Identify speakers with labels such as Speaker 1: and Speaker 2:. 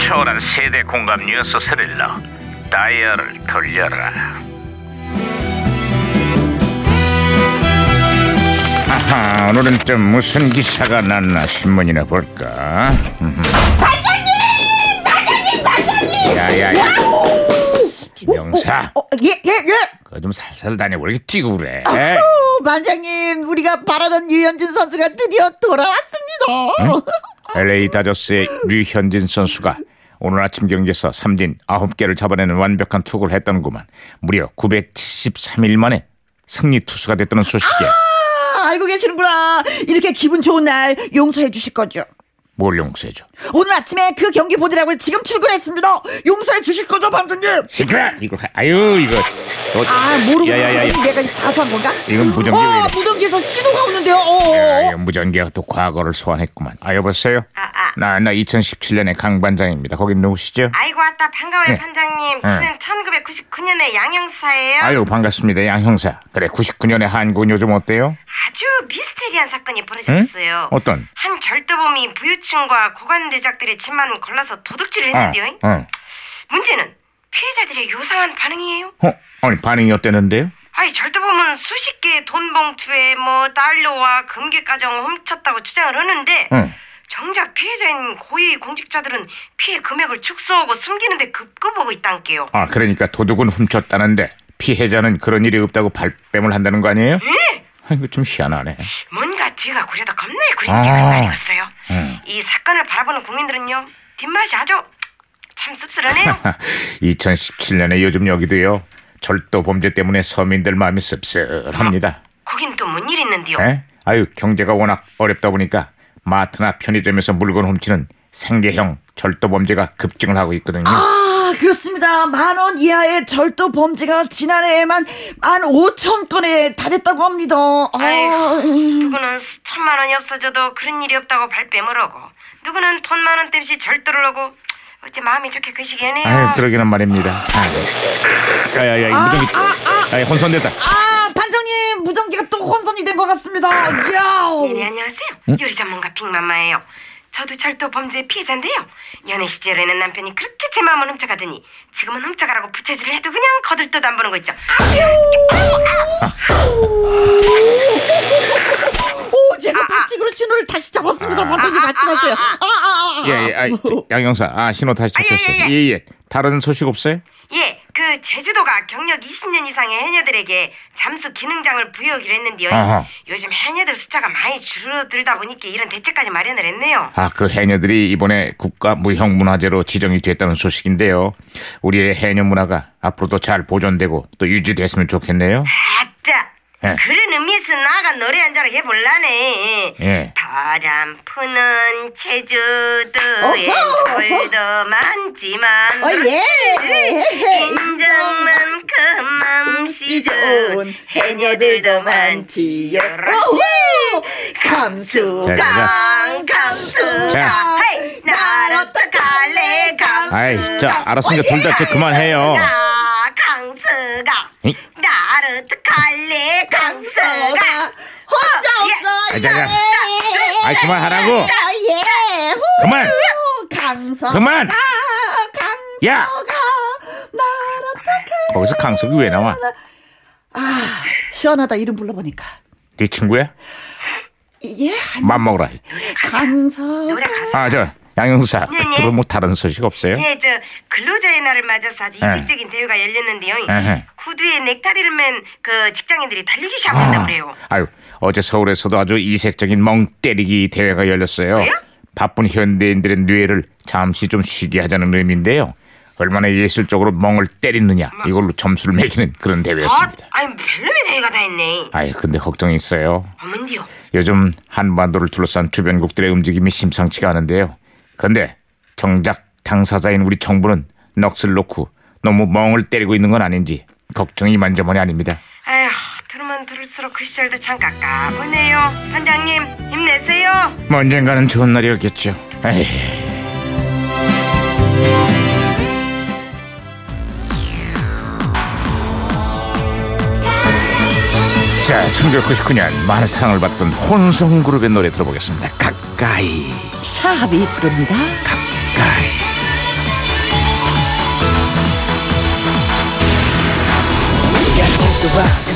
Speaker 1: 시원한 세대 공감 뉴스 스릴러 다이얼을 돌려라 아하 오늘은 또 무슨 기사가 났나 신문이나 볼까 반장님! 반장님! 반장님! 야야야 김영사
Speaker 2: 어, 예, 예, 예.
Speaker 1: 그거 좀 살살 다니고 이렇게 뛰고 그래
Speaker 2: 오, 반장님, 우리가 바라던 유현진 선수가 드디어 돌아왔습니다.
Speaker 1: LA 다저스의 류현진 선수가 오늘 아침 경기에서 삼진 9개를 잡아내는 완벽한 투구를 했다는구만. 무려 973일 만에 승리 투수가 됐다는 소식이야.
Speaker 2: 아, 알고 계시는구나. 이렇게 기분 좋은 날 용서해 주실 거죠.
Speaker 1: 뭘 용서해줘.
Speaker 2: 오늘 아침에 그 경기 보느라고 지금 출근했습니다. 용서해 주실 거죠, 반장님?
Speaker 1: 시끄러! 이거, 가- 아유, 이거. 너-
Speaker 2: 아, 모르고
Speaker 1: 야야야야.
Speaker 2: 내가 자수한 건가?
Speaker 1: 이건 무전기 왜
Speaker 2: 어,
Speaker 1: 이래?
Speaker 2: 무전기에서 신호가 오는데요. 어, 어, 어.
Speaker 1: 아유, 무전기가 또 과거를 소환했구만. 아, 여보세요? 나, 나 2017년의 강반장입니다. 거긴 누구시죠?
Speaker 3: 아이고 왔다 반가워요
Speaker 1: 네.
Speaker 3: 판장님 저는 1999년에 양형사예요
Speaker 1: 아유, 반갑습니다. 양 형사. 그래, 99년의 한국은 요즘 어때요?
Speaker 3: 아주 미스테리한 사건이 벌어졌어요
Speaker 1: 어떤?
Speaker 3: 한 절도범이 부유층과 고관대작들의 집만 골라서 도둑질을
Speaker 1: 아,
Speaker 3: 했는데요
Speaker 1: 어.
Speaker 3: 문제는 피해자들의 요상한 반응이에요
Speaker 1: 어, 아니, 반응이 어땠는데요?
Speaker 3: 아니 절도범은 수십 개의 돈봉투에 뭐 달러와 금괴까정 훔쳤다고 주장을 하는데
Speaker 1: 응.
Speaker 3: 정작 피해자인 고위 공직자들은 피해 금액을 축소하고 숨기는데 급급하고 있단게요
Speaker 1: 아 그러니까 도둑은 훔쳤다는데 피해자는 그런 일이 없다고 발뺌을 한다는 거 아니에요? 아이고 좀 희한하네.
Speaker 3: 뭔가 뒤가 구려다 겁나게
Speaker 1: 아.
Speaker 3: 구린 기분이 아니었어요.
Speaker 1: 음.
Speaker 3: 이 사건을 바라보는 국민들은요 뒷맛이 아주 참 씁쓸하네요.
Speaker 1: 2017년에 아, 요즘 여기도요 절도 범죄 때문에 서민들 마음이 씁쓸합니다.
Speaker 3: 거긴 또 뭔 일 있는데요?
Speaker 1: 에? 아유 경제가 워낙 어렵다 보니까 마트나 편의점에서 물건 훔치는 생계형 절도 범죄가 급증을 하고 있거든요.
Speaker 2: 아, 그렇습니다. 만 원 이하의 절도 범죄가 지난해에만 만 5천 건에 달했다고 합니다. 아,
Speaker 3: 아이고, 누구는 수천만 원이 없어져도 그런 일이 없다고 발뺌을 하고 누구는 돈 만 원 땜시 절도를 하고 어째 마음이 좋게 그시기하네요.
Speaker 1: 아유 그러기는 말입니다. 아이고. 야야야 이 무전기
Speaker 2: 아, 아,
Speaker 1: 아이, 혼선됐다.
Speaker 2: 아, 반장님 무전기가 또 혼선이 된 것 같습니다.
Speaker 3: 네네
Speaker 2: 야.
Speaker 3: 안녕하세요. 요리 전문가 빅마마예요. 저도 절도 범죄 피해자인데요. 연애 시절에는 남편이 그렇게 제 마음을 훔쳐가더니 지금은 훔쳐가라고 부채질을 해도 그냥 거들떠도 안 보는 거 있죠.
Speaker 2: 오,
Speaker 3: 아,
Speaker 2: 제가 반칙으로 신호를 다시 잡았습니다. 반장님 말씀하세요. 아, 아, 아. 아.
Speaker 1: 예예 양영사 아 신호 다시
Speaker 3: 아, 예,
Speaker 1: 잡혔어요.
Speaker 3: 예,
Speaker 1: 예예
Speaker 3: 예.
Speaker 1: 다른 소식 없어요?
Speaker 3: 예, 그 제주도가 경력 20년 이상의 해녀들에게 잠수 기능장을 부여하기로 했는데요.
Speaker 1: 아하.
Speaker 3: 요즘 해녀들 숫자가 많이 줄어들다 보니까 이런 대책까지 마련을 했네요.
Speaker 1: 아, 그 해녀들이 이번에 국가 무형 문화재로 지정이 됐다는 소식인데요. 우리의 해녀 문화가 앞으로도 잘 보존되고 또 유지됐으면 좋겠네요.
Speaker 3: 아따,
Speaker 1: 예.
Speaker 3: 그런 의미에서 나가 노래 한 자락 해볼라네.
Speaker 1: 예.
Speaker 3: 바람 푸는 제주도에
Speaker 2: 어허!
Speaker 3: 물도 많지만
Speaker 2: 어, 예.
Speaker 3: 인정만큼 시즌 해녀들도 많지 예.
Speaker 2: 오호!
Speaker 1: 자,
Speaker 2: 감수강,
Speaker 1: 자. 자.
Speaker 2: 감수강.
Speaker 3: 헤이 날 어떡할래 강
Speaker 1: 아이, 자, 알았으니까 둘 다 이제 그만해요.
Speaker 3: 나 강수가
Speaker 1: 에이.
Speaker 3: 날 어떡할래 강수가
Speaker 2: 강수가 어, 혼자
Speaker 1: 아,
Speaker 2: 없어.
Speaker 1: 자, 자.
Speaker 2: 예.
Speaker 1: 아이, 그만하라고.
Speaker 2: 아, 예. 호.
Speaker 1: 그만.
Speaker 2: 강서.
Speaker 1: 그만.
Speaker 2: 강서가
Speaker 1: 야.
Speaker 2: 날 어떻게?
Speaker 1: 거기서 강석이 왜 나와?
Speaker 2: 아 시원하다 이름 불러보니까
Speaker 1: 네 친구야?
Speaker 2: 예
Speaker 1: 맘 먹으라.
Speaker 2: 강서.
Speaker 3: 노래 가사
Speaker 1: 아, 저 양영사.
Speaker 3: 예, 예.
Speaker 1: 그럼 뭐 다른 소식 없어요?
Speaker 3: 예, 저 근로자의 날을 맞아서 아주
Speaker 1: 예.
Speaker 3: 이색적인 대회가 열렸는데요.
Speaker 1: 에헤.
Speaker 3: 구두에 넥타리를 맨 그 직장인들이 달리기 시합한다
Speaker 1: 아,
Speaker 3: 그래요.
Speaker 1: 아유, 어제 서울에서도 아주 이색적인 멍 때리기 대회가 열렸어요.
Speaker 3: 왜요?
Speaker 1: 바쁜 현대인들의 뇌를 잠시 좀 쉬게 하자는 의미인데요. 얼마나 예술적으로 멍을 때리느냐 이걸로 점수를 매기는 그런 대회였습니다.
Speaker 3: 아, 아니 별놈의 대회가 다 있네.
Speaker 1: 아이 근데 걱정이 있어요.
Speaker 3: 어머니요.
Speaker 1: 요즘 한반도를 둘러싼 주변국들의 움직임이 심상치가 않은데요. 그런데 정작 당사자인 우리 정부는 넋을 놓고 너무 멍을 때리고 있는 건 아닌지 걱정이 만저만이 아닙니다.
Speaker 3: 아휴, 들으면 들을수록 그 시절도 참 가깝네요. 반장님, 힘내세요.
Speaker 1: 뭐 언젠가는 좋은 날이 오겠죠. 에이. 자, 1999년 많은 사랑을 받던 혼성그룹의 노래 들어보겠습니다. 가까이,
Speaker 2: 샵이 부릅니다.
Speaker 1: 가까이.
Speaker 4: the rock.